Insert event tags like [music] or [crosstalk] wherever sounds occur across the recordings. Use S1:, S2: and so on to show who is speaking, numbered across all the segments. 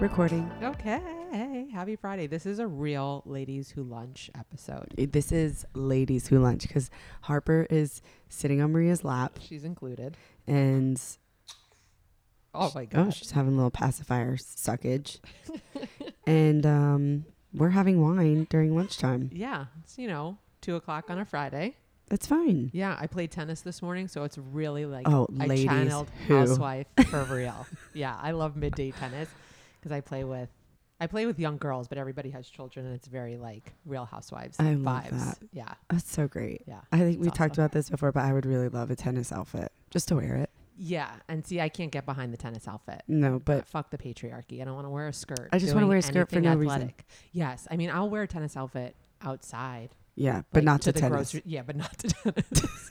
S1: recording.
S2: Okay. Happy Friday. This is a real ladies who lunch episode.
S1: This is ladies who lunch because Harper is sitting on Maria's lap
S2: She's included.
S1: and
S2: Oh my
S1: oh,
S2: gosh.
S1: she's having a little pacifier
S2: [laughs]
S1: suckage, and um, we're having wine during lunchtime.
S2: Yeah. It's, you know, two o'clock on a Friday.
S1: That's fine.
S2: Yeah. I played tennis this morning, so it's really like
S1: Oh,
S2: I
S1: ladies
S2: channeled
S1: who-
S2: housewife for real. [laughs] Yeah. I love midday tennis because I play with. I play with young girls, but everybody has children, and it's very like Real Housewives
S1: I
S2: vibes.
S1: love that.
S2: Yeah,
S1: That's so great.
S2: yeah,
S1: I think we
S2: It's
S1: talked
S2: awesome.
S1: about this before, but I would really love a tennis outfit just to wear it.
S2: yeah. And see, I can't get behind the tennis outfit.
S1: No, but
S2: fuck the patriarchy. I don't want to wear a skirt.
S1: I just wanna
S2: doing
S1: wear a skirt for
S2: anything
S1: no reason.
S2: Yes, I mean I'll wear a tennis outfit outside,
S1: yeah, but
S2: like,
S1: not to,
S2: the
S1: tennis.
S2: grocery. Yeah, but not to [laughs] tennis.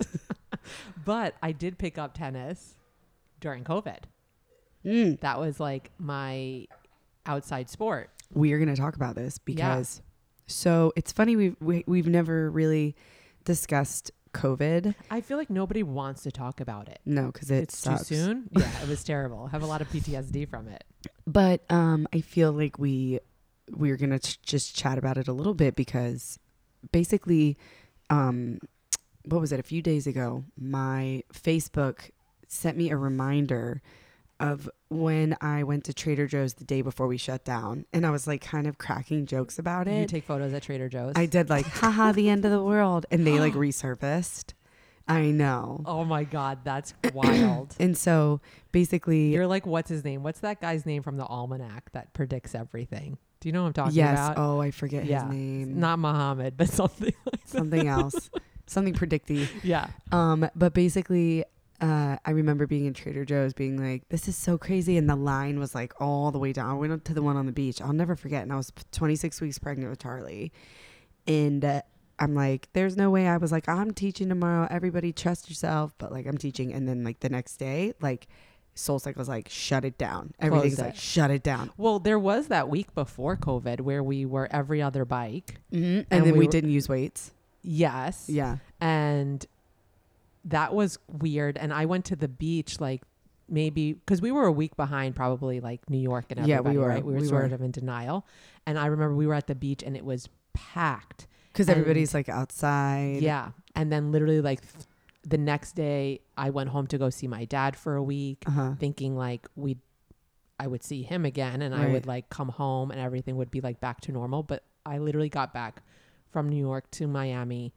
S2: but I did pick up tennis during COVID.
S1: Mm.
S2: That was like my outside sport.
S1: we are going to talk about this
S2: Yeah.
S1: because so it's funny we've we, we've never really discussed COVID.
S2: I feel like nobody wants to talk about it.
S1: No, because it
S2: it's
S1: sucks.
S2: too
S1: [laughs]
S2: soon. Yeah, it was terrible. I have a lot of PTSD from it.
S1: But um, I feel like we we're gonna ch- just chat about it a little bit because basically, um, what was it? A few days ago, my Facebook sent me a reminder of when I went to Trader Joe's the day before we shut down, and I was like kind of cracking jokes about
S2: You
S1: it.
S2: take photos at Trader Joe's.
S1: I did like, haha, the end of the world. And
S2: [gasps]
S1: they like resurfaced. I know.
S2: oh my god, that's wild.
S1: And so basically,
S2: You're like, what's his name? What's that guy's name from the almanac that predicts everything? Do you know what I'm talking
S1: yes.
S2: about?
S1: Oh, I forget
S2: Yeah.
S1: his name.
S2: Not Muhammad, but [laughs] something.
S1: [laughs] Something else. Something predicty.
S2: Yeah.
S1: Um, but basically, uh, I remember being in Trader Joe's being like, this is so crazy. And the line was like all the way down. I went up to the one on the beach. I'll never forget. And I was 26 weeks pregnant with Charlie. And uh, I'm like, there's no way. I was like, I'm teaching tomorrow. Everybody trust yourself. But like, I'm teaching. And then like the next day, like, Soul Cycle's like, shut it down. Everything's
S2: it.
S1: like, shut it down.
S2: Well, there was that week before COVID where we were every other bike.
S1: hmm And,
S2: Mm-hmm. And
S1: then
S2: we
S1: we,
S2: were-
S1: didn't use weights.
S2: Yes.
S1: Yeah.
S2: And that was weird. And I went to the beach like maybe because we were a week behind probably like New York and
S1: Yeah,
S2: everybody,
S1: we were.
S2: right? We were
S1: We
S2: sort
S1: were.
S2: of in denial. And I remember we were at the beach and it was packed.
S1: Because
S2: And-
S1: everybody's like outside.
S2: Yeah. And then literally like th- the next day I went home to go see my dad for a week
S1: Uh-huh.
S2: thinking like we I would see him again and I
S1: Right.
S2: would like come home and everything would be like back to normal, but I literally got back from New York to Miami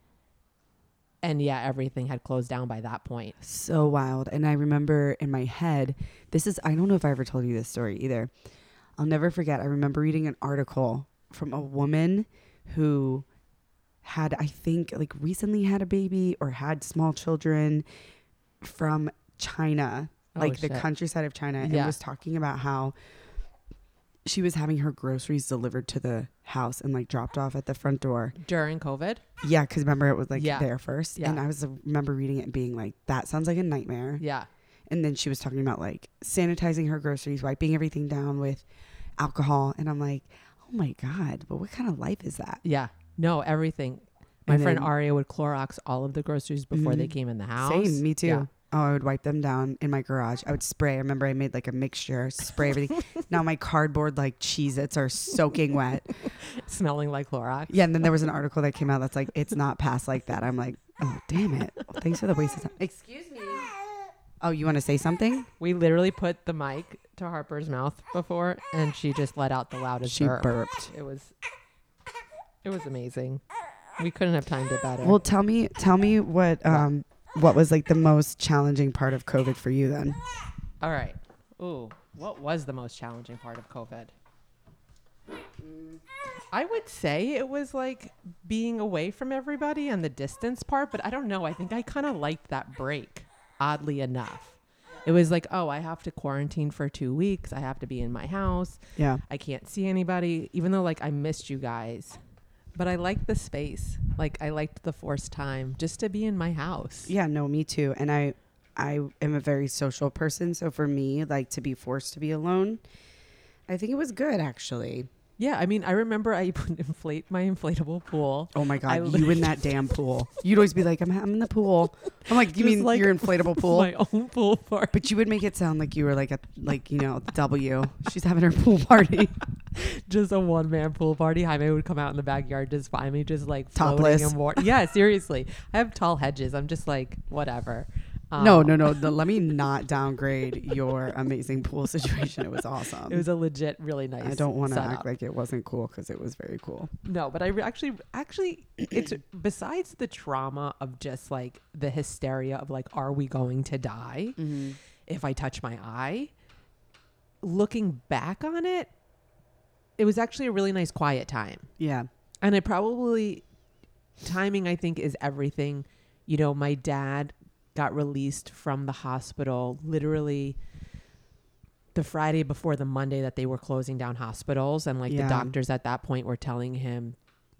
S2: and yeah, everything had closed down by that point.
S1: So wild. And I remember in my head, this is, I don't know if I ever told you this story either. I'll never forget. I remember reading an article from a woman who had, I think, like recently had a baby or had small children from China,
S2: Oh,
S1: like the
S2: shit.
S1: countryside of China, and
S2: Yeah.
S1: was talking about how she was having her groceries delivered to the house and like dropped off at the front door.
S2: during COVID.
S1: Yeah, because remember it was like
S2: Yeah.
S1: there first,
S2: Yeah.
S1: and I was uh, remember reading it and being like, "That sounds like a nightmare."
S2: Yeah.
S1: And then she was talking about like sanitizing her groceries, wiping everything down with alcohol. And I'm like, oh my God, but what kind of life is that?
S2: Yeah. No, everything. My
S1: And
S2: friend
S1: then-
S2: Aria would Clorox all of the groceries before they
S1: Mhm.
S2: came in the house.
S1: Same, me too.
S2: Yeah. [laughs]
S1: Oh, I would wipe them down in my garage. I would spray. I remember I made like a mixture, spray everything. now my cardboard like Cheez Its are soaking wet.
S2: Smelling like Clorox.
S1: Yeah. And then there was an article that came out that's like, it's not passed like that. I'm like, oh, damn it. Well, thanks for the waste of time. Excuse me. Oh, you want to say something?
S2: We literally put the mic to Harper's mouth before, and she just let out the loudest
S1: She
S2: burp.
S1: burped.
S2: It was, it was amazing. We couldn't have timed it better.
S1: Well, tell me, tell me what um what was like the most challenging part of COVID for you then?
S2: all right. Ooh, what was the most challenging part of COVID? I would say it was like being away from everybody and the distance part, but I don't know. I think I kind of liked that break, oddly enough. It was like, oh, I have to quarantine for two weeks. I have to be in my house.
S1: Yeah,
S2: I can't see anybody, even though like I missed you guys. But I liked the space. Like I liked the forced time just to be in my house.
S1: yeah, no, me too. And I I am a very social person, so for me, like to be forced to be alone, I think it was good actually.
S2: Yeah, I mean, I remember I [laughs] would inflate my inflatable pool.
S1: Oh my
S2: I
S1: god, you in that damn pool. You'd always be like, I'm, I'm in the pool. I'm like, you
S2: Just
S1: mean
S2: like
S1: your inflatable [laughs] [laughs] pool?
S2: My own pool party. [laughs]
S1: but you would make it sound like you were like a like you know at the W. She's having her pool [laughs] party.
S2: just a one man pool party. Jaime would come out in the backyard, just find me, just like
S1: Topless.
S2: floating in water. Yeah, seriously. I have tall hedges. I'm just like whatever. Um,
S1: no, no, no, no. Let me not downgrade your amazing pool situation. It was awesome.
S2: It was a legit, really nice.
S1: I don't want to
S2: setup.
S1: act like it wasn't cool because it was very cool.
S2: No, but I re- actually, actually, it's [clears throat] besides the trauma of just like the hysteria of like, are we going to die if I touch my eye? Looking back on it, it was actually a really nice quiet time.
S1: Yeah.
S2: And I probably, timing I think is everything. You know, my dad got released from the hospital literally the Friday before the Monday that they were closing down hospitals. And like
S1: Yeah.
S2: the doctors at that point were telling him,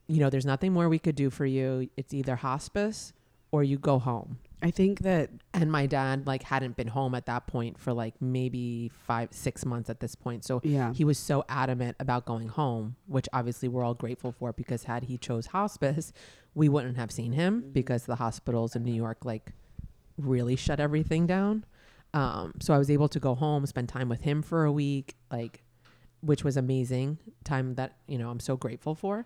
S2: you know, there's nothing more we could do for you. It's either hospice or you go home.
S1: I think that
S2: And my dad like hadn't been home at that point for like maybe five, six months at this point. So
S1: yeah.
S2: he was so adamant about going home, which obviously we're all grateful for because had he chose hospice, we wouldn't have seen him because the hospitals in New York like really shut everything down. Um, so I was able to go home, spend time with him for a week, like which was amazing time that you know I'm so grateful for.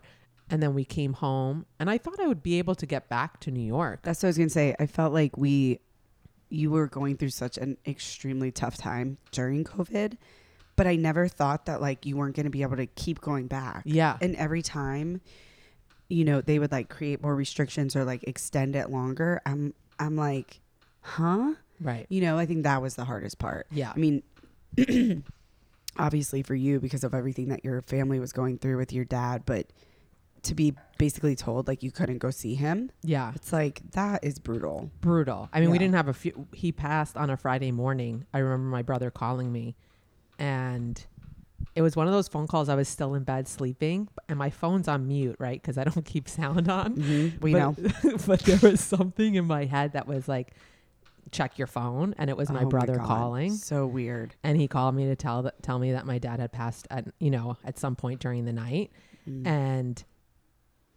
S2: And then we came home, and I thought I would be able to get back to New York.
S1: That's what I was gonna say. I felt like we, you were going through such an extremely tough time during COVID, but I never thought that like you weren't gonna be able to keep going back.
S2: Yeah,
S1: And every time, you know, they would like create more restrictions or like extend it longer. I'm, I'm like, huh?
S2: right.
S1: You know, I think that was the hardest part.
S2: Yeah,
S1: I mean, [clears throat] obviously for you because of everything that your family was going through with your dad, but to be basically told like you couldn't go see him
S2: yeah.
S1: it's like that is brutal.
S2: brutal. I mean, we
S1: Yeah.
S2: didn't have a few. He passed on a Friday morning. I remember my brother calling me, and it was one of those phone calls. I was still in bed sleeping, and my phone's on mute, right? Because I don't [laughs] keep sound on.
S1: Mm-hmm. We know.
S2: but, but there was something in my head that was like, check your phone, and it was
S1: Oh
S2: my brother
S1: God.
S2: calling,
S1: So weird.
S2: and he called me to tell th- tell me that my dad had passed at you know at some point during the night, and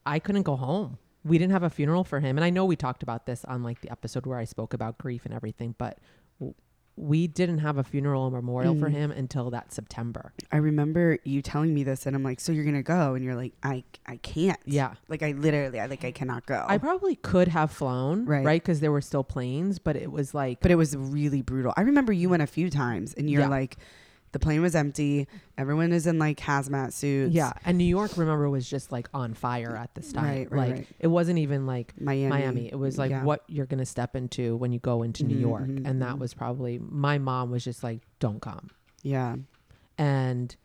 S2: I couldn't go home. We didn't have a funeral for him. And I know we talked about this on like the episode where I spoke about grief and everything, but w- we didn't have a funeral or memorial for
S1: Mm.
S2: him until that September.
S1: I remember you telling me this, and I'm like, "So you're gonna go?" And you're like, "I, I can't."
S2: Yeah.
S1: Like I literally, I like I cannot go.
S2: I probably could have flown,
S1: Right.
S2: right? Because there were still planes, but it was like,
S1: but it was really brutal. I remember you went a few times, and you're
S2: Yeah.
S1: like, "The plane was empty. Everyone is in like hazmat suits."
S2: yeah. And New York, remember, was just like on fire at this time.
S1: Right, right,
S2: like
S1: right.
S2: it wasn't even like
S1: Miami.
S2: Miami. It was like
S1: Yeah.
S2: what you're going to step into when you go into New
S1: Mhm,
S2: York.
S1: mhm,
S2: And
S1: mhm.
S2: that was probably, my mom was just like, don't come.
S1: Yeah.
S2: and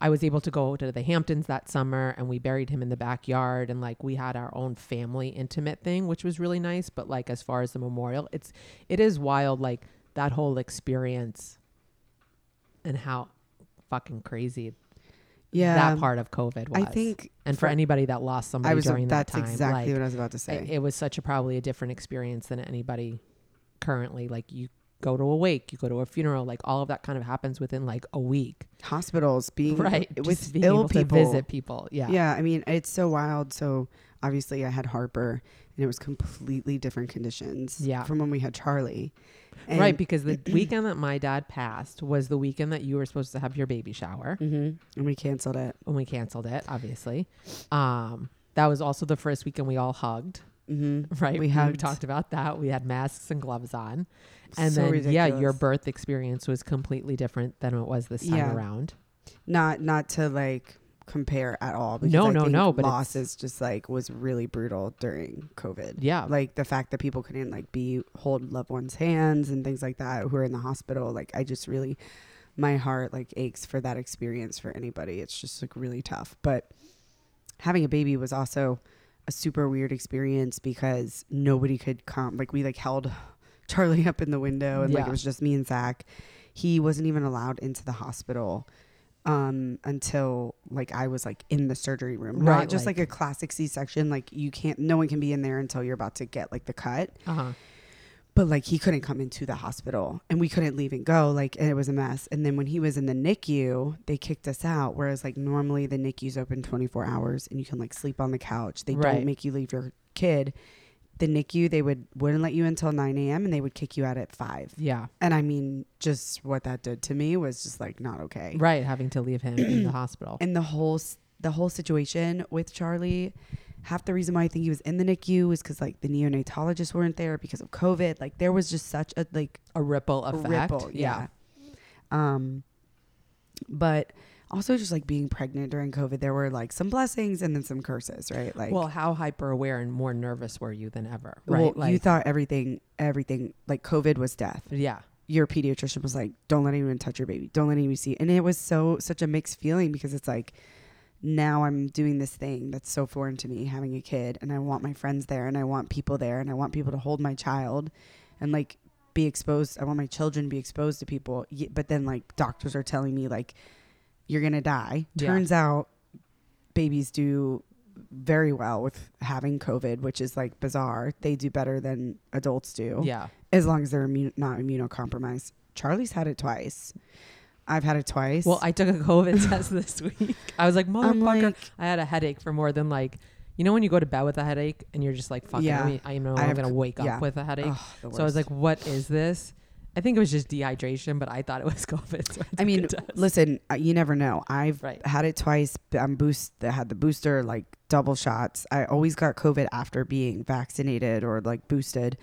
S2: I was able to go to the Hamptons that summer and we buried him in the backyard and like we had our own family intimate thing which was really nice but like as far as the memorial it's it is wild like that whole experience and how fucking crazy
S1: Yeah.
S2: that part of covid was
S1: I think.
S2: and for anybody that lost somebody
S1: I was.
S2: during
S1: That's
S2: that time
S1: exactly
S2: like
S1: what I was about to say.
S2: it, it was such a probably a different experience than anybody currently like you go to a wake you go to a funeral like all of that kind of happens within like a week
S1: Hospitals being
S2: [laughs] right
S1: with
S2: just being
S1: ill
S2: able
S1: people.
S2: to visit people yeah
S1: Yeah, I mean, it's so wild. So obviously, I had Harper, and it was completely different conditions.
S2: Yeah.
S1: from when we had Charlie. And,
S2: right
S1: [clears throat]
S2: because the weekend that my dad passed was the weekend that you were supposed to have your baby shower
S1: Mhm. And we canceled it.
S2: when we canceled it obviously um that was also the first weekend we all hugged [laughs]
S1: hmm
S2: right
S1: We hugged.
S2: talked about that we had masks and gloves on and
S1: So
S2: then yeah your
S1: ridiculous.
S2: birth experience was completely different than it was this time
S1: Yeah.
S2: around
S1: Not not to like compare at all. Because
S2: No,
S1: I
S2: no,
S1: think
S2: no, but
S1: loss
S2: it's-
S1: is just like was really brutal during COVID.
S2: yeah
S1: Like the fact that people couldn't like be hold loved ones' hands and things like that who are in the hospital. Like I just really, my heart like aches for that experience for anybody. It's just like really tough. But having a baby was also a super weird experience because nobody could come. Like we like held [laughs] Charlie up in the window and like
S2: Yeah.
S1: it was just me and Zach. He wasn't even allowed into the hospital um until like I was like in the surgery room. Not
S2: Right,
S1: just like,
S2: like-
S1: a classic C section. Like you can't no one can be in there until you're about to get like the cut.
S2: uh-huh
S1: but like he couldn't come into the hospital and we couldn't leave and go like and it was a mess and then when he was in the nicu they kicked us out whereas like normally the nicu's open 24 hours and you can like sleep on the couch they
S2: Right.
S1: don't make you leave your kid the nicu they would wouldn't let you until 9 a.m and they would kick you out at 5
S2: Yeah.
S1: and i mean just what that did to me was just like not okay
S2: Right. Having to leave him in the hospital.
S1: and the whole s- the whole situation with Charlie. Half the reason why I think he was in the NICU was because like the neonatologists weren't there because of COVID. Like there was just such a like
S2: A ripple effect.
S1: ripple, yeah. Um, but also just like being pregnant during COVID, there were like some blessings and then some curses, right? Like,
S2: well, how hyper aware and more nervous were you than ever? Right.
S1: well,
S2: like,
S1: you thought everything, everything like COVID was death.
S2: yeah.
S1: Your pediatrician was like, "Don't let anyone touch your baby. Don't let anyone see." And it was so such a mixed feeling because it's like now I'm doing this thing that's so foreign to me, having a kid, and I want my friends there, and I want people there, and I want people to hold my child, and like be exposed. I want my children to be exposed to people. Y- But then like doctors are telling me like you're gonna die.
S2: Yeah.
S1: Turns out babies do very well with having COVID, which is like bizarre. They do better than adults do
S2: Yeah.
S1: as long as they're immu- not immunocompromised. Charlie's had it twice. I've had it twice.
S2: Well, I took a [laughs] COVID test this week. I was like,
S1: I'm
S2: motherfucker.
S1: like,
S2: I had a headache for more than like, you know, when you go to bed with a headache and you're just like, fuck,
S1: Yeah.
S2: I, mean, I know
S1: I
S2: I am
S1: have
S2: going to
S1: c-
S2: wake
S1: yeah.
S2: up with a headache.
S1: ugh, the
S2: so I was
S1: worst.
S2: like, what is this? I think it was just dehydration, but I thought it was [laughs] COVID. So
S1: I mean,
S2: took a test.
S1: listen, uh, you never know. I've
S2: Right.
S1: had it twice. but I'm boost. I had the booster, like double shots. I always got COVID after being vaccinated or like boosted,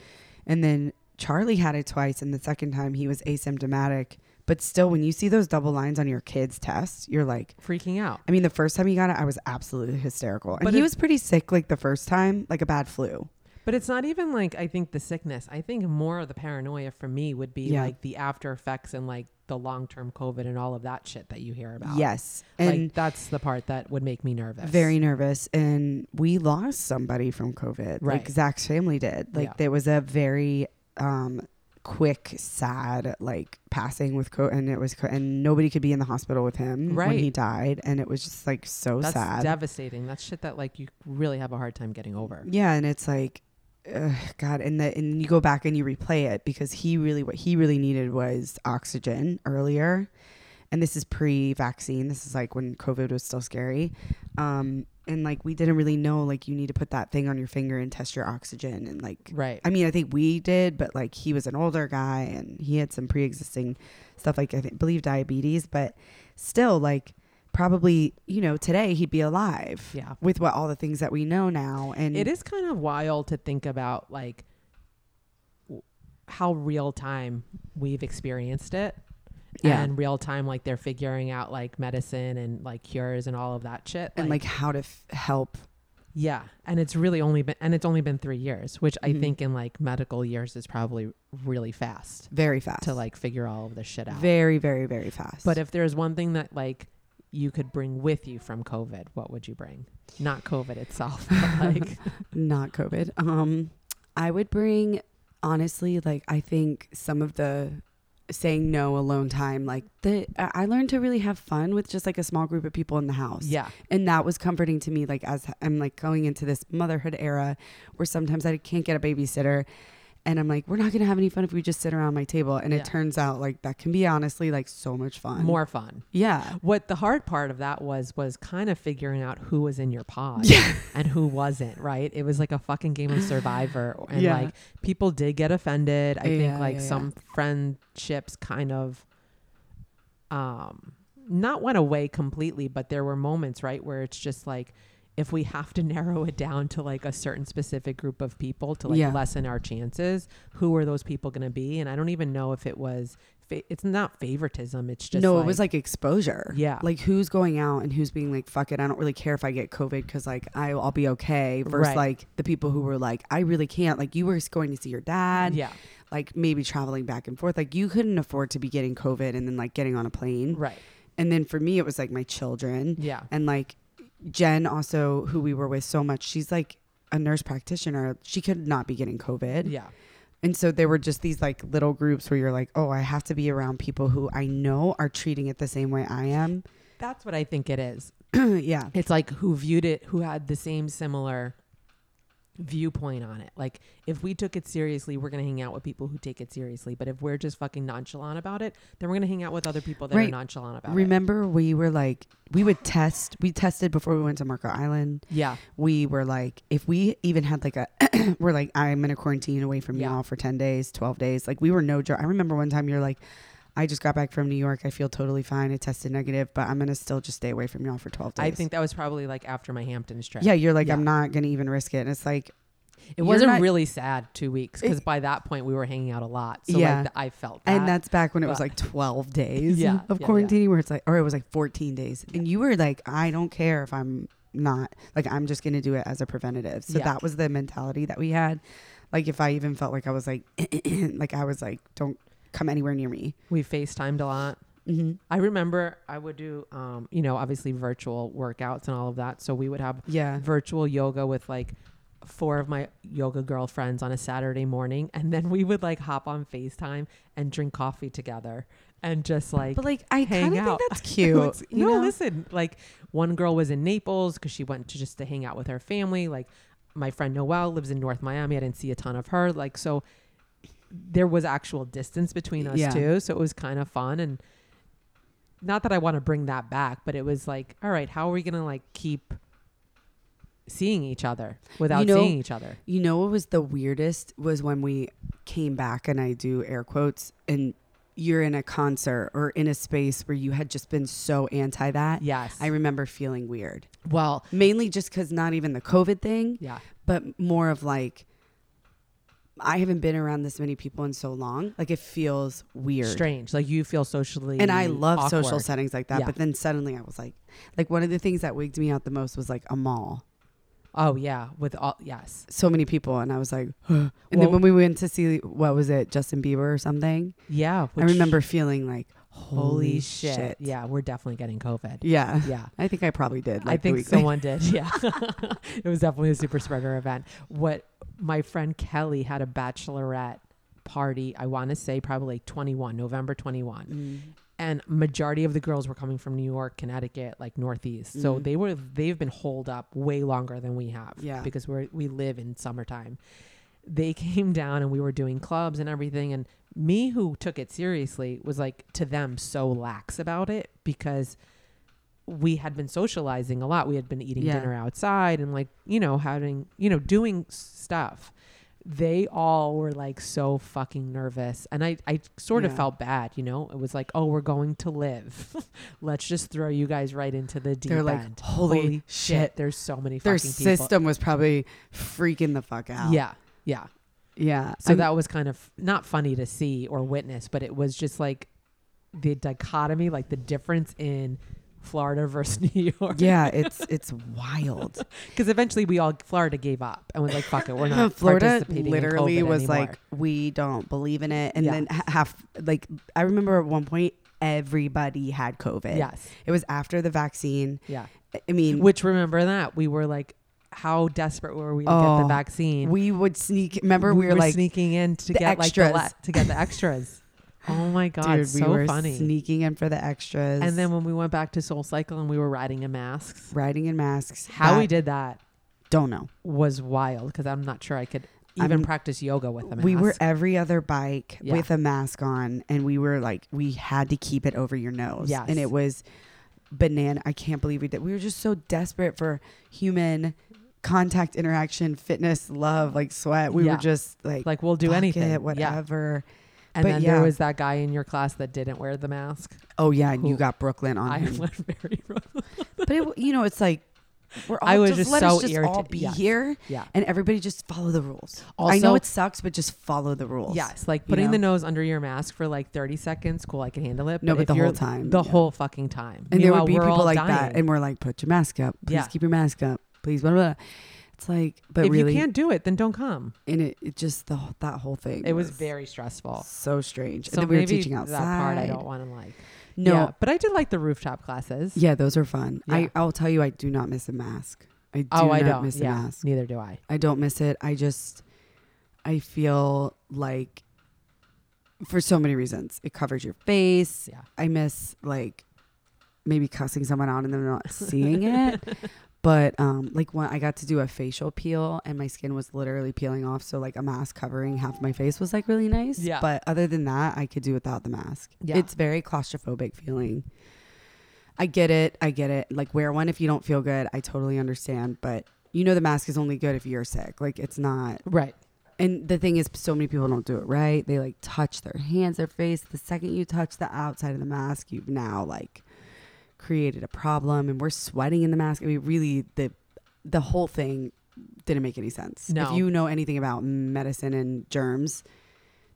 S1: and then Charlie had it twice. And the second time, he was asymptomatic. But still, when you see those double lines on your kid's test, you're like,
S2: freaking out.
S1: I mean, the first time he got it, I was absolutely hysterical, and
S2: But
S1: he
S2: it-
S1: was pretty sick like the first time, like a bad flu.
S2: But it's not even like I think the sickness. I think more of the paranoia for me would be
S1: Yeah.
S2: like the after effects and like the long term COVID and all of that shit that you hear about.
S1: Yes, and
S2: Like that's the part that would make me nervous.
S1: very nervous and we lost somebody from covid like
S2: Right.
S1: zach's family did like
S2: Yeah.
S1: there was a very um quick sad like passing with covid and it was co- and nobody could be in the hospital with him when
S2: Right.
S1: he died and it was just like so
S2: That's
S1: sad
S2: devastating. That's shit that like you really have a hard time getting over.
S1: yeah and it's like ugh, god and the and you go back and you replay it because he really what he really needed was oxygen earlier and this is pre-vaccine this is like when covid was still scary um and like we didn't really know like you need to put that thing on your finger and test your oxygen and like
S2: Right.
S1: I mean, I think we did, but like he was an older guy and he had some pre-existing stuff like I think, believe diabetes, but still like probably, you know, today he'd be alive.
S2: Yeah.
S1: With what all the things that we know now and
S2: It is kind of wild to think about like w- how real time we've experienced it.
S1: Yeah.
S2: And real time like they're figuring out like medicine and like cures and all of that shit.
S1: and like how to f- help.
S2: Yeah, and it's really only been and it's only been three years, which I
S1: Mhm.
S2: think in like medical years is probably really fast
S1: Very fast.
S2: to like figure all of this shit out.
S1: very, very, very fast.
S2: But if there's one thing that like you could bring with you from COVID, what would you bring? Not COVID itself, but like
S1: not COVID. Um, I would bring honestly, like I think some of the saying no alone time, like the I I learned to really have fun with just like a small group of people in the house.
S2: yeah,
S1: and that was comforting to me like as i'm like going into this motherhood era where sometimes i can't get a babysitter and i'm like we're not gonna have any fun if we just sit around my table and
S2: Yeah.
S1: it turns out like that can be honestly like so much fun
S2: more fun.
S1: yeah
S2: What the hard part of that was was kind of figuring out who was in your pod
S1: [laughs]
S2: and who wasn't, right? It was like a fucking game of survivor and
S1: Yeah.
S2: like people did get offended. I think
S1: Yeah,
S2: like
S1: yeah, yeah.
S2: some friendships kind of um not went away completely, but there were moments, right, where it's just like if we have to [laughs] narrow it down to like a certain specific group of people to like
S1: Yeah.
S2: lessen our chances, who are those people going to be? And I don't even know if it was fa- it's not favoritism, it's just
S1: no it was like exposure
S2: Yeah.
S1: like who's going out and who's being like fuck it i don't really care if i get covid because like I, i'll be okay versus
S2: Right.
S1: like the people who were like i really can't like you were going to see your dad
S2: yeah,
S1: like maybe traveling back and forth like you couldn't afford to be getting covid and then like getting on a plane
S2: right.
S1: and then for me it was like my children
S2: Yeah.
S1: and like Jen also who we were with so much she's like a nurse practitioner she could not be getting covid
S2: Yeah.
S1: and so there were just these like little groups where you're like oh I have to be around people who I know are treating it the same way I am [clears throat]
S2: That's what I think it is.
S1: yeah
S2: It's like who viewed it, who had the same similar viewpoint on it. Like if we took it seriously, we're gonna hang out with people who take it seriously. But if we're just fucking nonchalant about it, then we're gonna hang out with other people that
S1: Right.
S2: are nonchalant about
S1: Remember, we were like, we would test. We tested before we went to Marco Island.
S2: it. Yeah.
S1: We were like, if we even had like a, [clears throat] we're like, I'm in a quarantine away from
S2: Yeah.
S1: y'all for 10 days, 12 days. Like, we were no joke. I remember one time you're like, I just got back from New York. I feel totally fine. I tested negative, but I'm going to still just stay away from y'all for 12 days.
S2: I think that was probably like after my Hamptons trip.
S1: Yeah, you're like,
S2: Yeah.
S1: I'm not going to even risk it. And it's like,
S2: It
S1: You're
S2: was a
S1: not-
S2: really sad two weeks because
S1: It-
S2: by that point we were hanging out a lot. So
S1: Yeah.
S2: like th- I felt that.
S1: and that's back when it was
S2: but-
S1: like 12 days
S2: Yeah,
S1: of
S2: yeah, yeah.
S1: quarantining, where it's like, or it was like 14 days. And you were like, I don't care if I'm not, like, I'm just going to do it as a preventative. So
S2: Yeah.
S1: that was the mentality that we had. Like, if I even felt like I was like, [clears throat] like, I was like, don't come anywhere near me.
S2: we FaceTimed a lot.
S1: Mm-hmm.
S2: I remember I would do, um, you know, obviously virtual workouts and all of that. So we would have
S1: Yeah.
S2: virtual yoga with like four of my yoga girlfriends on a Saturday morning. And then we would like hop on FaceTime and drink coffee together and just like.
S1: But like, I
S2: hang
S1: kind of
S2: out.
S1: think
S2: [laughs]
S1: that's cute. you
S2: no,
S1: know?
S2: listen. Like one girl was in Naples because she went to just to hang out with her family. Like my friend Noelle lives in North Miami. I didn't see a ton of her. Like so, there was actual distance between us
S1: Yeah.
S2: too. So it was kind of fun and not that I want to bring that back, but it was like, all right, how are we gonna like keep seeing each other without
S1: know,
S2: seeing each other?
S1: You know what was the weirdest was when we came back and I do air quotes and you're in a concert or in a space where you had just been so anti that.
S2: Yes.
S1: I remember feeling weird.
S2: well,
S1: Mainly just cuz not even the COVID thing,
S2: yeah.
S1: but more of like I haven't been around this many people in so long. Like it feels weird.
S2: Strange. Like you feel socially
S1: And I love social
S2: awkward.
S1: settings like that,
S2: Yeah.
S1: but then suddenly I was like like one of the things that wigged me out the most was like a mall.
S2: Oh yeah, with all yes.
S1: so many people and I was like [gasps] and
S2: Well-
S1: then when we went to see what was it Justin Bieber or something
S2: Yeah,
S1: I
S2: which-
S1: remember feeling like holy,
S2: Holy shit.
S1: shit.
S2: Yeah, we're definitely
S1: [laughs]
S2: getting COVID.
S1: yeah
S2: Yeah.
S1: I think I probably did like
S2: I
S1: the
S2: think
S1: week- [laughs]
S2: someone did. Yeah. [laughs] it was definitely a super spreader event. What my friend Kelly had a bachelorette party, I want to say probably like 21, November 21. And majority of the girls were coming from New York, Connecticut, like Northeast. So they were they've been holed up way longer than we have.
S1: Mm-hmm. Yeah.
S2: Because we're we live in summertime. They [laughs] came down and we were doing clubs and everything. And me who took it seriously was like to them so lax about it because we had been socializing a lot. We had been eating
S1: Yeah.
S2: dinner outside and like, you know, having, you know, doing s- stuff. They all were like so fucking nervous. And I, I sort of
S1: Yeah.
S2: felt bad, you know? It was like, oh, we're going to live. [laughs] Let's just throw you guys right into the deep
S1: They're like,
S2: end.
S1: "Holy shit."
S2: There's so many
S1: their
S2: fucking people.
S1: system was probably freaking the fuck out
S2: Yeah. Yeah.
S1: yeah
S2: So
S1: I'm-
S2: that was kind of not funny to see or witness, but it was just like the dichotomy, like the difference in Florida [laughs] versus New York.
S1: [laughs] yeah it's it's wild
S2: Because eventually we all Florida gave up and was like, "Fuck it, we're
S1: [laughs]
S2: not."
S1: Florida
S2: participating in
S1: literally
S2: COVID
S1: was
S2: anymore.
S1: like we don't believe in it and
S2: Yeah.
S1: then h- half like I remember at one point everybody had COVID
S2: "Yes,
S1: it was after the vaccine
S2: yeah."
S1: I- I mean
S2: Which remember that we were like, "How desperate were we to get the
S1: Oh,
S2: vaccine?"
S1: we would sneak remember we were like
S2: sneaking in to
S1: the
S2: get like the
S1: extras.
S2: la- to get the
S1: [laughs]
S2: extras. oh my god,
S1: Dude, we
S2: so
S1: were
S2: funny!
S1: sneaking in for the extras,
S2: and then when we went back to Soul Cycle and we were riding in masks,
S1: riding in masks.
S2: how we
S1: That-
S2: did that
S1: Don't know.
S2: was wild because I'm not sure I could even
S1: I'm-
S2: practice yoga with a mask.
S1: We were every other bike
S2: Yeah.
S1: with a mask on, and we were like, we had to keep it over your nose.
S2: Yes.
S1: and it was banana. I can't believe we did. We were just so desperate for human contact, interaction, fitness, love, like sweat. We
S2: Yeah.
S1: were just like,
S2: like, we'll do
S1: "Fuck
S2: anything,
S1: it,
S2: Yeah.
S1: whatever.
S2: And
S1: But
S2: then
S1: yeah.
S2: there was that guy in your class that didn't wear the mask.
S1: Oh yeah, and
S2: Who-
S1: you got Brooklyn on
S2: I [laughs]
S1: him.
S2: went very wrong.
S1: but it, you know, it's like. We're all
S2: I was
S1: just,
S2: just
S1: let
S2: so
S1: us just all
S2: irritated.
S1: be
S2: Yes.
S1: here.
S2: Yeah.
S1: and everybody just follow the rules. I
S2: Also-
S1: know it sucks, but just follow the rules.
S2: Yes, like
S1: you
S2: putting the
S1: know?
S2: nose under your mask for like 30 seconds, cool, I can handle it.
S1: No, but
S2: if
S1: the
S2: you're-
S1: whole time,
S2: The
S1: yeah.
S2: whole fucking time.
S1: And there would
S2: Meanwhile,
S1: be
S2: we're
S1: people
S2: all
S1: like
S2: dying.
S1: that, and we're like, "Put your mask up, please.
S2: Yeah.
S1: Keep your mask up, please." Blah blah. blah. It's like, but
S2: if
S1: really,
S2: you can't do it, then don't come.
S1: and it, it just the wh- that whole thing.
S2: It was very stressful.
S1: so strange.
S2: So
S1: and then we were
S2: maybe
S1: teaching outside.
S2: that part I don't want to like.
S1: No,
S2: Yeah,
S1: yeah.
S2: but I did like the rooftop classes.
S1: those are fun.
S2: Yeah.
S1: I I'll tell you, I do not miss a mask. I do
S2: oh,
S1: not
S2: I don't.
S1: miss
S2: yeah,
S1: a mask.
S2: neither do I.
S1: I don't miss it. I just I feel like for so many reasons. It covers your face.
S2: Yeah.
S1: I miss like maybe cussing someone out and them not seeing it. [laughs] But um, like when I got to do a facial peel and my skin was literally peeling off, so like a mask covering half my face was like really nice.
S2: Yeah.
S1: But other than that, I could do without the mask.
S2: Yeah.
S1: It's very claustrophobic feeling. I get it. I get it. Like wear one if you don't feel good. I totally understand. But you know the mask is only good if you're sick. Like it's not
S2: Right.
S1: and the thing is, so many people don't do it right. They like touch their hands, their face. The second you touch the outside of the mask, you've now like created a problem. And we're sweating in the mask. I mean, really, the the whole thing didn't make any sense.
S2: No.
S1: If you know anything about medicine and germs,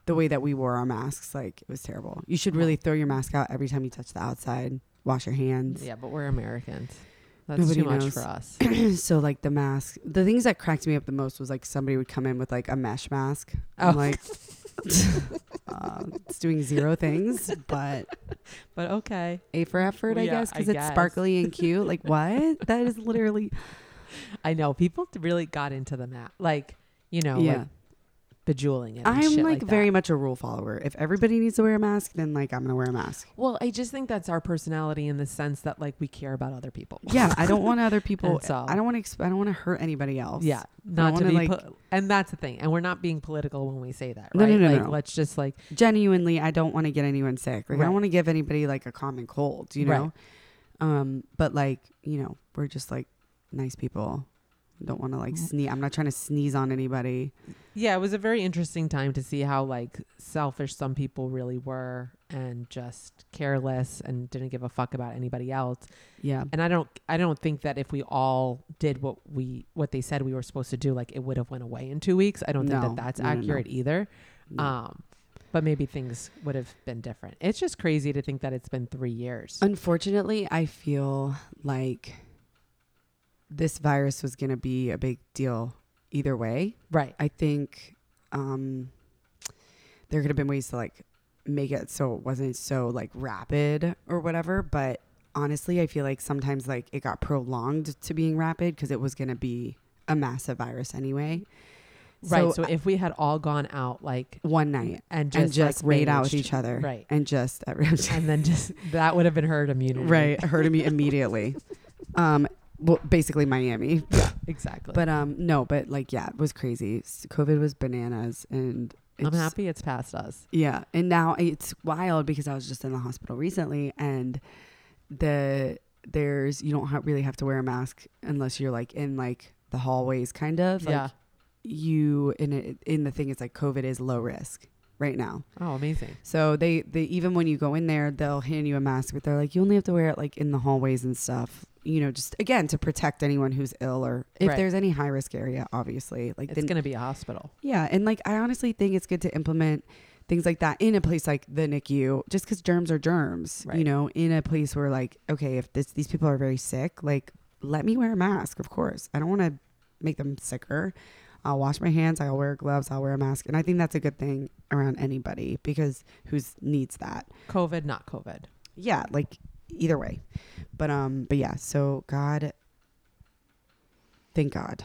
S1: the way that we wore our masks, like it was terrible. You should really throw your mask out every time you touch the outside. Wash your hands.
S2: Yeah, but we're Americans. That's
S1: Nobody
S2: too much
S1: knows. [coughs]
S2: for us.
S1: so like the mask, the things that cracked me up the most was like somebody would come in with like a mesh mask. I'm
S2: Oh. [laughs]
S1: like, uh, it's doing zero things, but
S2: But okay.
S1: A for effort, I
S2: Yeah,
S1: guess,
S2: I
S1: because it's
S2: guess.
S1: sparkly and cute. Like what? That is
S2: [laughs]
S1: literally
S2: I know people t- really got into the mat, like you know,
S1: yeah.
S2: like bejeweling it. and
S1: I'm
S2: shit
S1: like
S2: that.
S1: very much a rule follower. If everybody needs to wear a mask, then like I'm gonna wear a
S2: [laughs]
S1: mask.
S2: well. I just think that's our personality in the sense that like we care about other people.
S1: Yeah,
S2: [laughs]
S1: I don't want other people.
S2: And so-
S1: I don't want to. Exp- I don't want to hurt anybody else.
S2: Yeah, not to
S1: wanna,
S2: be,
S1: like-
S2: po- and that's the thing. And we're not being political when we say that,
S1: No,
S2: right?
S1: no, no,
S2: like,
S1: no.
S2: Let's just like
S1: genuinely i don't want to get anyone sick like i
S2: Right.
S1: don't want to give anybody like a common cold you know
S2: Right.
S1: um but like you know we're just like nice people don't want to like
S2: Mm-hmm.
S1: sneeze i'm not trying to sneeze on anybody
S2: Yeah, it was a very interesting time to see how like selfish some people really were and just careless and didn't give a fuck about anybody else.
S1: yeah
S2: And I don't I don't think that if we all did what we what they said we were supposed to do like it would have went away in 2 weeks. I don't
S1: No,
S2: think that that's
S1: no, no, no.
S2: accurate either.
S1: No.
S2: Um but maybe things would have been different. It's just crazy to think that it's been 3 years.
S1: Uh, unfortunately i feel like this virus was gonna be a big deal either way
S2: right.
S1: I think um, there could have been ways to like make it so it wasn't so like rapid or whatever. But honestly, I feel like sometimes like it got prolonged to being rapid because it was going to be a massive virus anyway.
S2: right. So if we had all gone out like
S1: one night
S2: and just
S1: and just
S2: like,
S1: made out with
S2: raged,
S1: each other,
S2: Right. Mm.
S1: And just [laughs]
S2: And then just that would have been herd immunity.
S1: right, heard of me
S2: [laughs]
S1: immediately. um, well, basically Miami,
S2: Exactly.
S1: but um, no, but like yeah, it was crazy. S- COVID was bananas, and
S2: I'm
S1: it's-
S2: happy it's past us.
S1: Yeah. And now it's wild because I was just in the hospital recently and the there's you don't ha- really have to wear a mask unless you're like in like the hallways kind of like
S2: yeah.
S1: you in it in the thing it's like covid is low risk right now
S2: Oh, amazing.
S1: so they they even when you go in there they'll hand you a mask but they're like you only have to wear it like in the hallways and stuff you know just again to protect anyone who's ill or if
S2: Right.
S1: there's any high risk area obviously like
S2: It's
S1: then
S2: going to be a hospital.
S1: yeah, and like I honestly think it's good to implement things like that in a place like the NICU, just because germs are germs. You
S2: Right.
S1: know, in a place where like, okay, if this, these people are very sick, like let me wear a mask. Of course, I don't want to make them sicker. I'll wash my hands. I'll wear gloves. I'll wear a mask, and I think that's a good thing around anybody because who needs that?
S2: COVID, not COVID.
S1: Yeah, like either way, but um, but yeah. So God, thank God,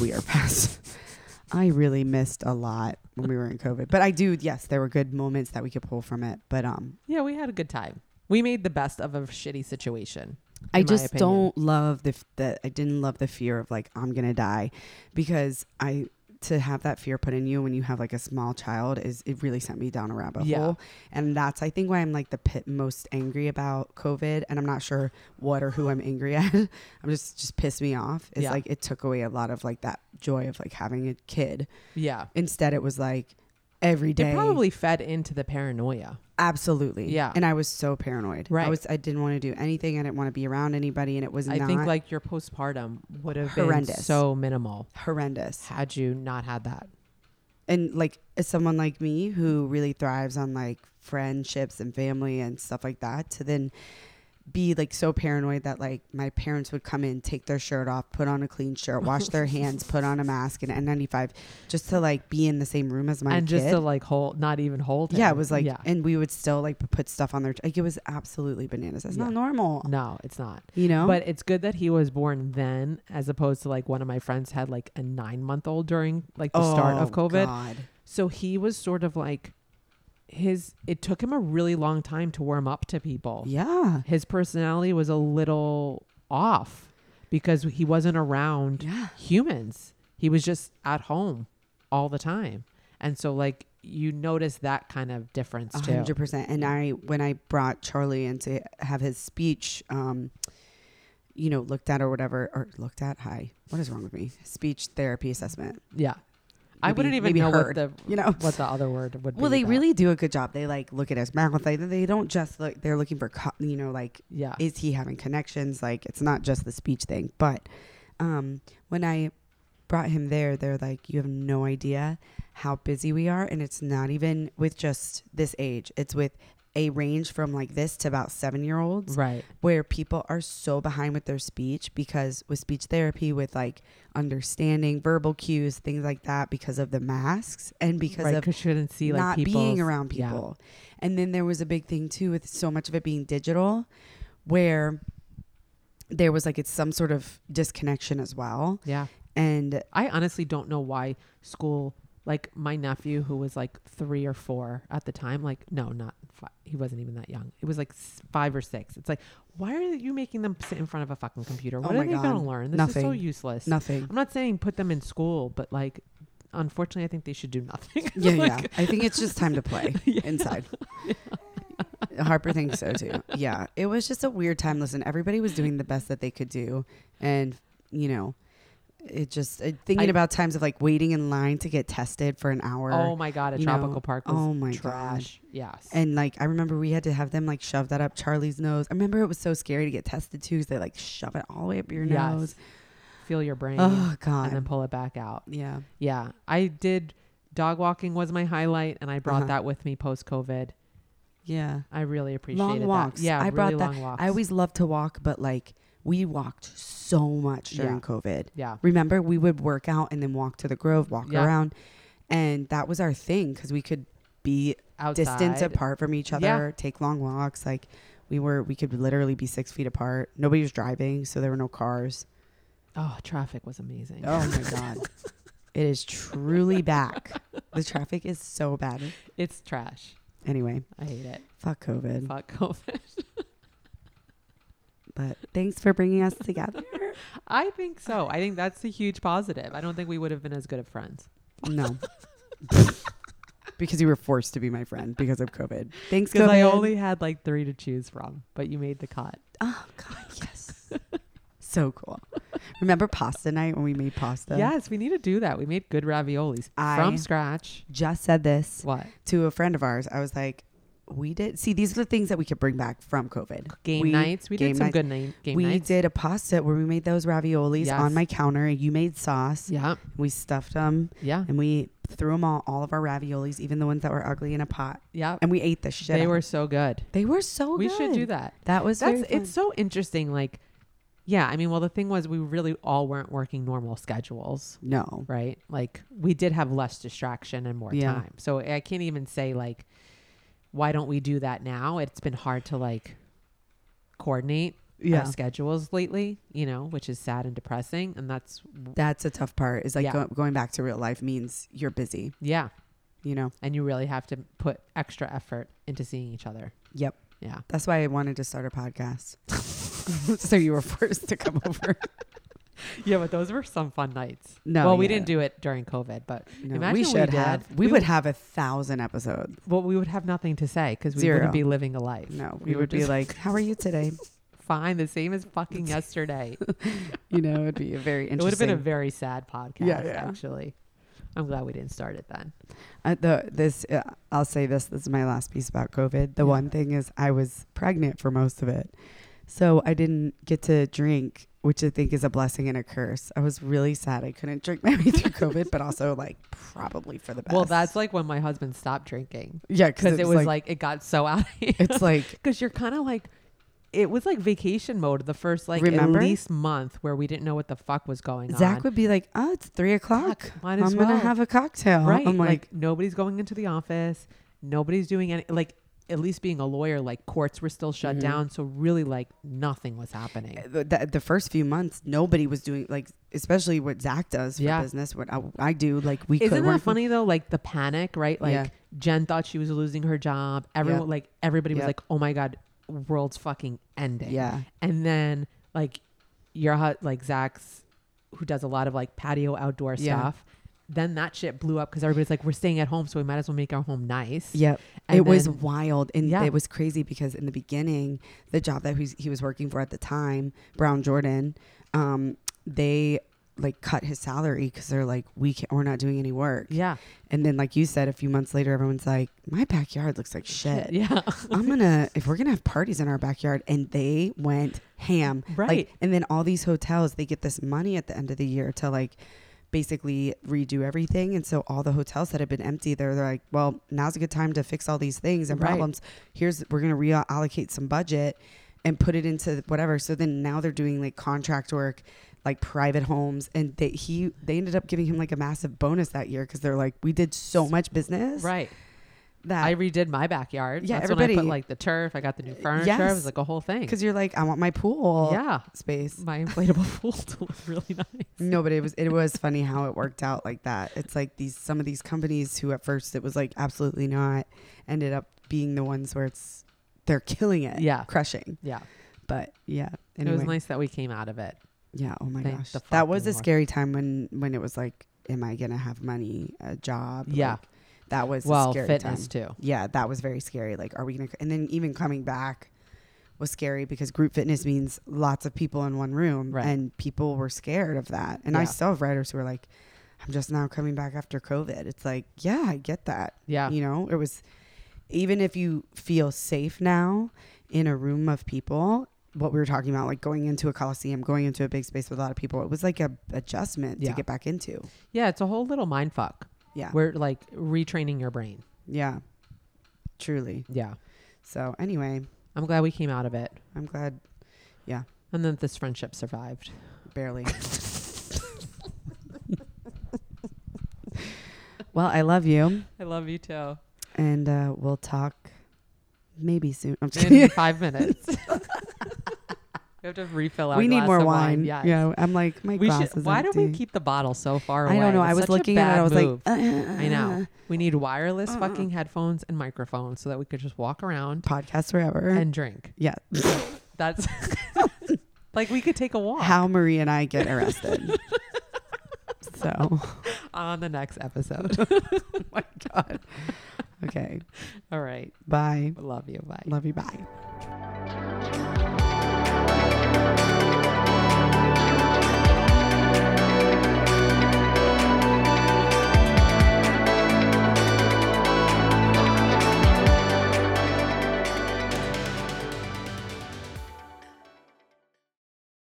S1: we are past. [laughs] I really missed a lot when we were in COVID, but I do. Yes, there were good moments that we could pull from it, but um,
S2: Yeah, we had a good time. We made the best of a shitty situation.
S1: I
S2: in my
S1: just
S2: opinion.
S1: don't love the, f- the I didn't love the fear of like I'm gonna die, because I to have that fear put in you when you have like a small child is it really sent me down a rabbit
S2: Yeah.
S1: hole, and that's I think why I'm like the pit most angry about COVID, and I'm not sure what or who I'm angry [laughs] at. I'm just just pissed me off. It's
S2: Yeah.
S1: like it took away a lot of like that joy of like having a kid.
S2: Yeah.
S1: Instead, it was like every day.
S2: It probably fed into the paranoia.
S1: Absolutely.
S2: Yeah.
S1: And I was so paranoid. I
S2: Right.
S1: was I didn't want to do anything. I didn't want to be around anybody and it was
S2: I
S1: not
S2: think like your postpartum would have been
S1: Horrendous.
S2: so minimal
S1: horrendous.
S2: had you not had that.
S1: And like as someone like me who really thrives on like friendships and family and stuff like that to then be like so paranoid that like my parents would come in, take their shirt off, put on a clean shirt, wash
S2: [laughs]
S1: their hands, put on a mask and N95 just to like be in the same room as my
S2: and just
S1: kid.
S2: to like hold, not even hold.
S1: yeah,
S2: him.
S1: it was like,
S2: yeah.
S1: and we would still like put stuff on their like. It was absolutely bananas. That's not
S2: Yeah.
S1: normal,
S2: no, it's not.
S1: you know.
S2: But it's good that he was born then, as opposed to like one of my friends had like a nine month old during like the start of
S1: Oh,
S2: COVID.
S1: God.
S2: So he was sort of like his it took him a really long oh. time to warm up to people.
S1: Yeah.
S2: His personality was a little off. because he wasn't around
S1: Yeah.
S2: humans. He was just at home all the time. And so like you notice that kind of difference
S1: A
S2: too.
S1: hundred percent. And I, when I brought Charlie in to have his speech, um, you know, looked at or whatever, or looked at. Hi, what is wrong with me? Speech therapy assessment.
S2: Yeah. I
S1: Maybe-
S2: wouldn't even
S1: maybe
S2: know
S1: heard,
S2: what the
S1: you know?
S2: what the other word would be.
S1: Well, they
S2: though.
S1: really do a good job. They like look at his mouth. They, they don't just look. They're looking for, co- you know, like
S2: yeah.
S1: is he having connections? Like it's not just the speech thing. But um, when I brought him there, they're like, you have no idea how busy we are, and it's not even with just this age. It's with a range from like this to about seven year olds
S2: Right.
S1: where people are so behind with their speech because with speech therapy with like understanding verbal cues things like that because of the masks and because
S2: Right.
S1: of
S2: Because you didn't see like
S1: not being
S2: people's-
S1: around
S2: yeah.
S1: people. And then there was a big thing too with so much of it being digital where there was like it's some sort of disconnection as well.
S2: Yeah.
S1: And
S2: I honestly don't know why school like my nephew who was like 3 or 4 at the time like no not five, he wasn't even that young. It was like s- 5 or 6. It's like why are you making them sit in front of a fucking computer? What
S1: Oh
S2: are
S1: my
S2: they going to
S1: God.
S2: learn? This is so
S1: Nothing.
S2: useless. [laughs]
S1: nothing.
S2: I'm not saying put them in school, but like unfortunately I think they should do nothing. [laughs]
S1: Yeah,
S2: Like,
S1: yeah. I think it's just time to
S2: [laughs]
S1: play inside. Harper thinks so too. Yeah. It was just a weird time. Listen, everybody was doing the best that they could do. And, you know, it just uh, thinking
S2: I-
S1: about times of like waiting in line to get tested for an hour.
S2: Oh my god, a
S1: you
S2: tropical
S1: know,
S2: park was
S1: oh my God.
S2: trash. Yes.
S1: And like I remember we had to have them like shove that up Charlie's nose. I remember it was so scary to get tested too 'cause they like shove it all the way up your
S2: Yes.
S1: nose.
S2: Feel your brain
S1: Oh
S2: and then
S1: god.
S2: pull it back out.
S1: Yeah.
S2: Yeah. I did dog walking was my highlight and I brought
S1: Uh-huh.
S2: that with me post COVID.
S1: Yeah.
S2: I really appreciated
S1: Long
S2: that.
S1: walks.
S2: Yeah,
S1: I
S2: really
S1: brought that.
S2: long walks.
S1: I always love to walk, but like we walked so much during
S2: Yeah.
S1: COVID.
S2: yeah.
S1: Remember, we would work out and then walk to the Grove, walk
S2: Yeah.
S1: around, and that was our thing because we could be
S2: Outside.
S1: distance apart from each other,
S2: Yeah.
S1: take long walks. Like we were, we could literally be six feet apart. Nobody was driving, so there were no cars.
S2: Oh, traffic was amazing.
S1: Oh my god. [laughs] It is truly back. The traffic is so bad.
S2: It's trash.
S1: Anyway,
S2: I hate it.
S1: fuck COVID.
S2: Fuck COVID. [laughs]
S1: But thanks for bringing us together.
S2: I think so. I think that's a huge positive. I don't think we would have been as good of friends. [laughs]
S1: No. because you were forced to be my friend because of COVID. Thanks
S2: Because I
S1: COVID.
S2: only had like three to choose from, but you made the cut.
S1: Oh god, yes. so cool. Remember pasta night when we made pasta?
S2: Yes, we need to do that. We made good raviolis
S1: I-
S2: from scratch.
S1: Just said this
S2: What?
S1: to a friend of ours. I was like, we did. See, these are the things that we could bring back from COVID.
S2: Game
S1: We-
S2: nights. We
S1: game
S2: did some
S1: nights.
S2: good name, game
S1: we
S2: nights.
S1: did a pasta where we made those raviolis
S2: Yes.
S1: on my counter. You made sauce.
S2: Yeah.
S1: We stuffed them
S2: Yeah.
S1: and we threw them all, all of our raviolis, even the ones that were ugly, in a pot.
S2: Yeah.
S1: And we ate the shit.
S2: They
S1: out.
S2: were so good.
S1: They were so
S2: we
S1: good.
S2: should do that.
S1: That was
S2: That's
S1: very
S2: it's so interesting. Like, yeah, I mean, well, the thing was, we really all weren't working normal schedules,
S1: fun. no.
S2: right? Like, we did have less distraction and more
S1: Yeah.
S2: time. So I can't even say like, why don't we do that now? It's been hard to like coordinate
S1: Yeah.
S2: our schedules lately, you know, which is sad and depressing. And that's
S1: That's a tough part. Is like
S2: Yeah.
S1: go, going back to real life means you're busy.
S2: yeah,
S1: You know.
S2: and you really have to put extra effort into seeing each other.
S1: Yep.
S2: Yeah.
S1: That's why I wanted to start a
S2: [laughs]
S1: podcast. so you were forced to come over.
S2: Yeah, but those were some fun nights.
S1: No,
S2: well, we
S1: yeah.
S2: didn't do it during COVID, but
S1: [laughs] No,
S2: Imagine
S1: we
S2: we
S1: should
S2: did.
S1: have. We,
S2: We
S1: would
S2: w-
S1: have a thousand episodes.
S2: well, we would have nothing to say because we
S1: Zero.
S2: wouldn't be living a life.
S1: No, we, would be
S2: just
S1: like, "How are you
S2: [laughs]
S1: today?"
S2: fine, the same as
S1: [laughs]
S2: fucking yesterday.
S1: You know, it'd be a very interesting.
S2: it would have been a very sad podcast,
S1: Yeah, yeah.
S2: actually. I'm glad we didn't start it then.
S1: Uh, the this uh, I'll say this. This is my last piece about COVID. The
S2: Yeah.
S1: one thing is, I was pregnant for most of it, so I didn't get to drink, which I think is a blessing and a curse. I was really sad I couldn't drink my [laughs] way through COVID, but also like probably for the best.
S2: Well, that's like when my husband stopped drinking
S1: yeah,
S2: because it was like, it got so out of [laughs] hand.
S1: it's like
S2: Because you're kind of like, it was like vacation mode the first like
S1: Remember?
S2: at least month where we didn't know what the fuck was going on.
S1: Zach would be like, "Oh, it's three o'clock.
S2: Fuck, might
S1: I'm
S2: as
S1: gonna
S2: well.
S1: have a cocktail."
S2: right
S1: I'm
S2: like,
S1: like,
S2: nobody's going into the office nobody's doing any like at least being a lawyer like courts were still shut
S1: Mhm.
S2: down so really like nothing was happening
S1: eh, the, the- the first few months, nobody was doing like, especially what Zach does for
S2: Yeah.
S1: business. What I, I do, like we
S2: isn't
S1: could
S2: that
S1: work.
S2: funny though like the panic right like
S1: Yeah.
S2: jen thought she was losing her job everyone
S1: Yeah.
S2: like everybody was
S1: Yeah.
S2: like oh my god world's fucking ending
S1: Yeah,
S2: and then like your hu- like Zach's, who does a lot of like patio outdoor
S1: Yeah.
S2: stuff. Then that shit blew up because everybody's like, we're staying at home, so we might as well make our home nice.
S1: Yep.
S2: And
S1: it was
S2: then-
S1: wild and
S2: Yeah.
S1: it was crazy because in the beginning, the job that he's, he was working for at the time, Brown Jordan, um, they like cut his salary because they're like, we can't, we're not doing any work.
S2: Yeah.
S1: And then, like you said, a few months later, everyone's like, my backyard looks like shit.
S2: [laughs] Yeah.
S1: I'm gonna if we're gonna have parties in our backyard, and they went ham,
S2: Right.
S1: Like, and then all these hotels, they get this money at the end of the year to like basically redo everything, and so all the hotels that have been empty, they're, they're like, well, now's a good time to fix all these things and
S2: Right.
S1: problems. Here's we're gonna reallocate some budget and put it into whatever. So then now they're doing like contract work. Like private homes, and they he they ended up giving him like a massive bonus that year because they're like, we did so much business
S2: right.
S1: that
S2: I redid my backyard.
S1: Yeah,
S2: That's when I put
S1: everybody- Uh,
S2: like the turf. I got the new furniture. It
S1: yes.
S2: was like a whole thing.
S1: because you're like, I want my pool
S2: yeah, [laughs]
S1: space. [laughs]
S2: my inflatable pool to look really nice.
S1: No, but it was it was funny how it worked out like that. It's like these some of these companies who at first it was like absolutely not ended up being the ones where it's they're killing it,
S2: Yeah.
S1: crushing.
S2: Yeah.
S1: But yeah,
S2: And
S1: anyway,
S2: It was nice that we came out of it.
S1: yeah. Oh my
S2: Thank
S1: gosh,
S2: the
S1: that was
S2: fucking
S1: a
S2: Lord.
S1: scary time when when it was like, am I gonna have money, a job?
S2: Yeah.
S1: Like, that was a
S2: well,
S1: scary time.
S2: fitness too.
S1: yeah, that was very scary. Like, are we gonna? And then even coming back was scary because group fitness means lots of people in one room,
S2: Right.
S1: and people were scared of that. And I
S2: Yeah.
S1: still have writers who are like, "I'm just now coming back after COVID." It's like, yeah, I get that.
S2: Yeah.
S1: You know, it was even if you feel safe now in a room of people. What we were talking about, like going into a coliseum, going into a big space with a lot of people, it was like a adjustment
S2: Yeah.
S1: to get back into.
S2: Yeah, it's a whole little mind fuck.
S1: Yeah,
S2: We're like retraining your brain.
S1: yeah, truly.
S2: Yeah.
S1: So anyway,
S2: I'm glad we came out of it.
S1: I'm glad
S2: And then this friendship survived. [laughs]
S1: Barely. well, I love you,
S2: I love you too.
S1: and uh, we'll talk maybe soon. I'm just
S2: In
S1: [laughs] kidding.
S2: five minutes. we have to refill our
S1: We need
S2: glass
S1: more
S2: of
S1: wine.
S2: Yes.
S1: Yeah, I'm like my
S2: We
S1: glass
S2: should,
S1: is
S2: why do we
S1: empty.
S2: keep the bottle so far away?
S1: I don't know.
S2: It's
S1: I was
S2: such a
S1: looking at it.
S2: bad
S1: I was
S2: move.
S1: like, "Uh,
S2: I know. We need wireless
S1: Uh-huh. Uh-uh.
S2: fucking headphones and microphones so that we could just walk around
S1: Podcast forever.
S2: and drink.
S1: yeah,
S2: That's [laughs] like we could take a walk
S1: how Marie and I get arrested.
S2: [laughs]
S1: so,
S2: on the next episode.
S1: my God. Okay.
S2: All right.
S1: Bye.
S2: Love you. Bye.
S1: Love you. Bye.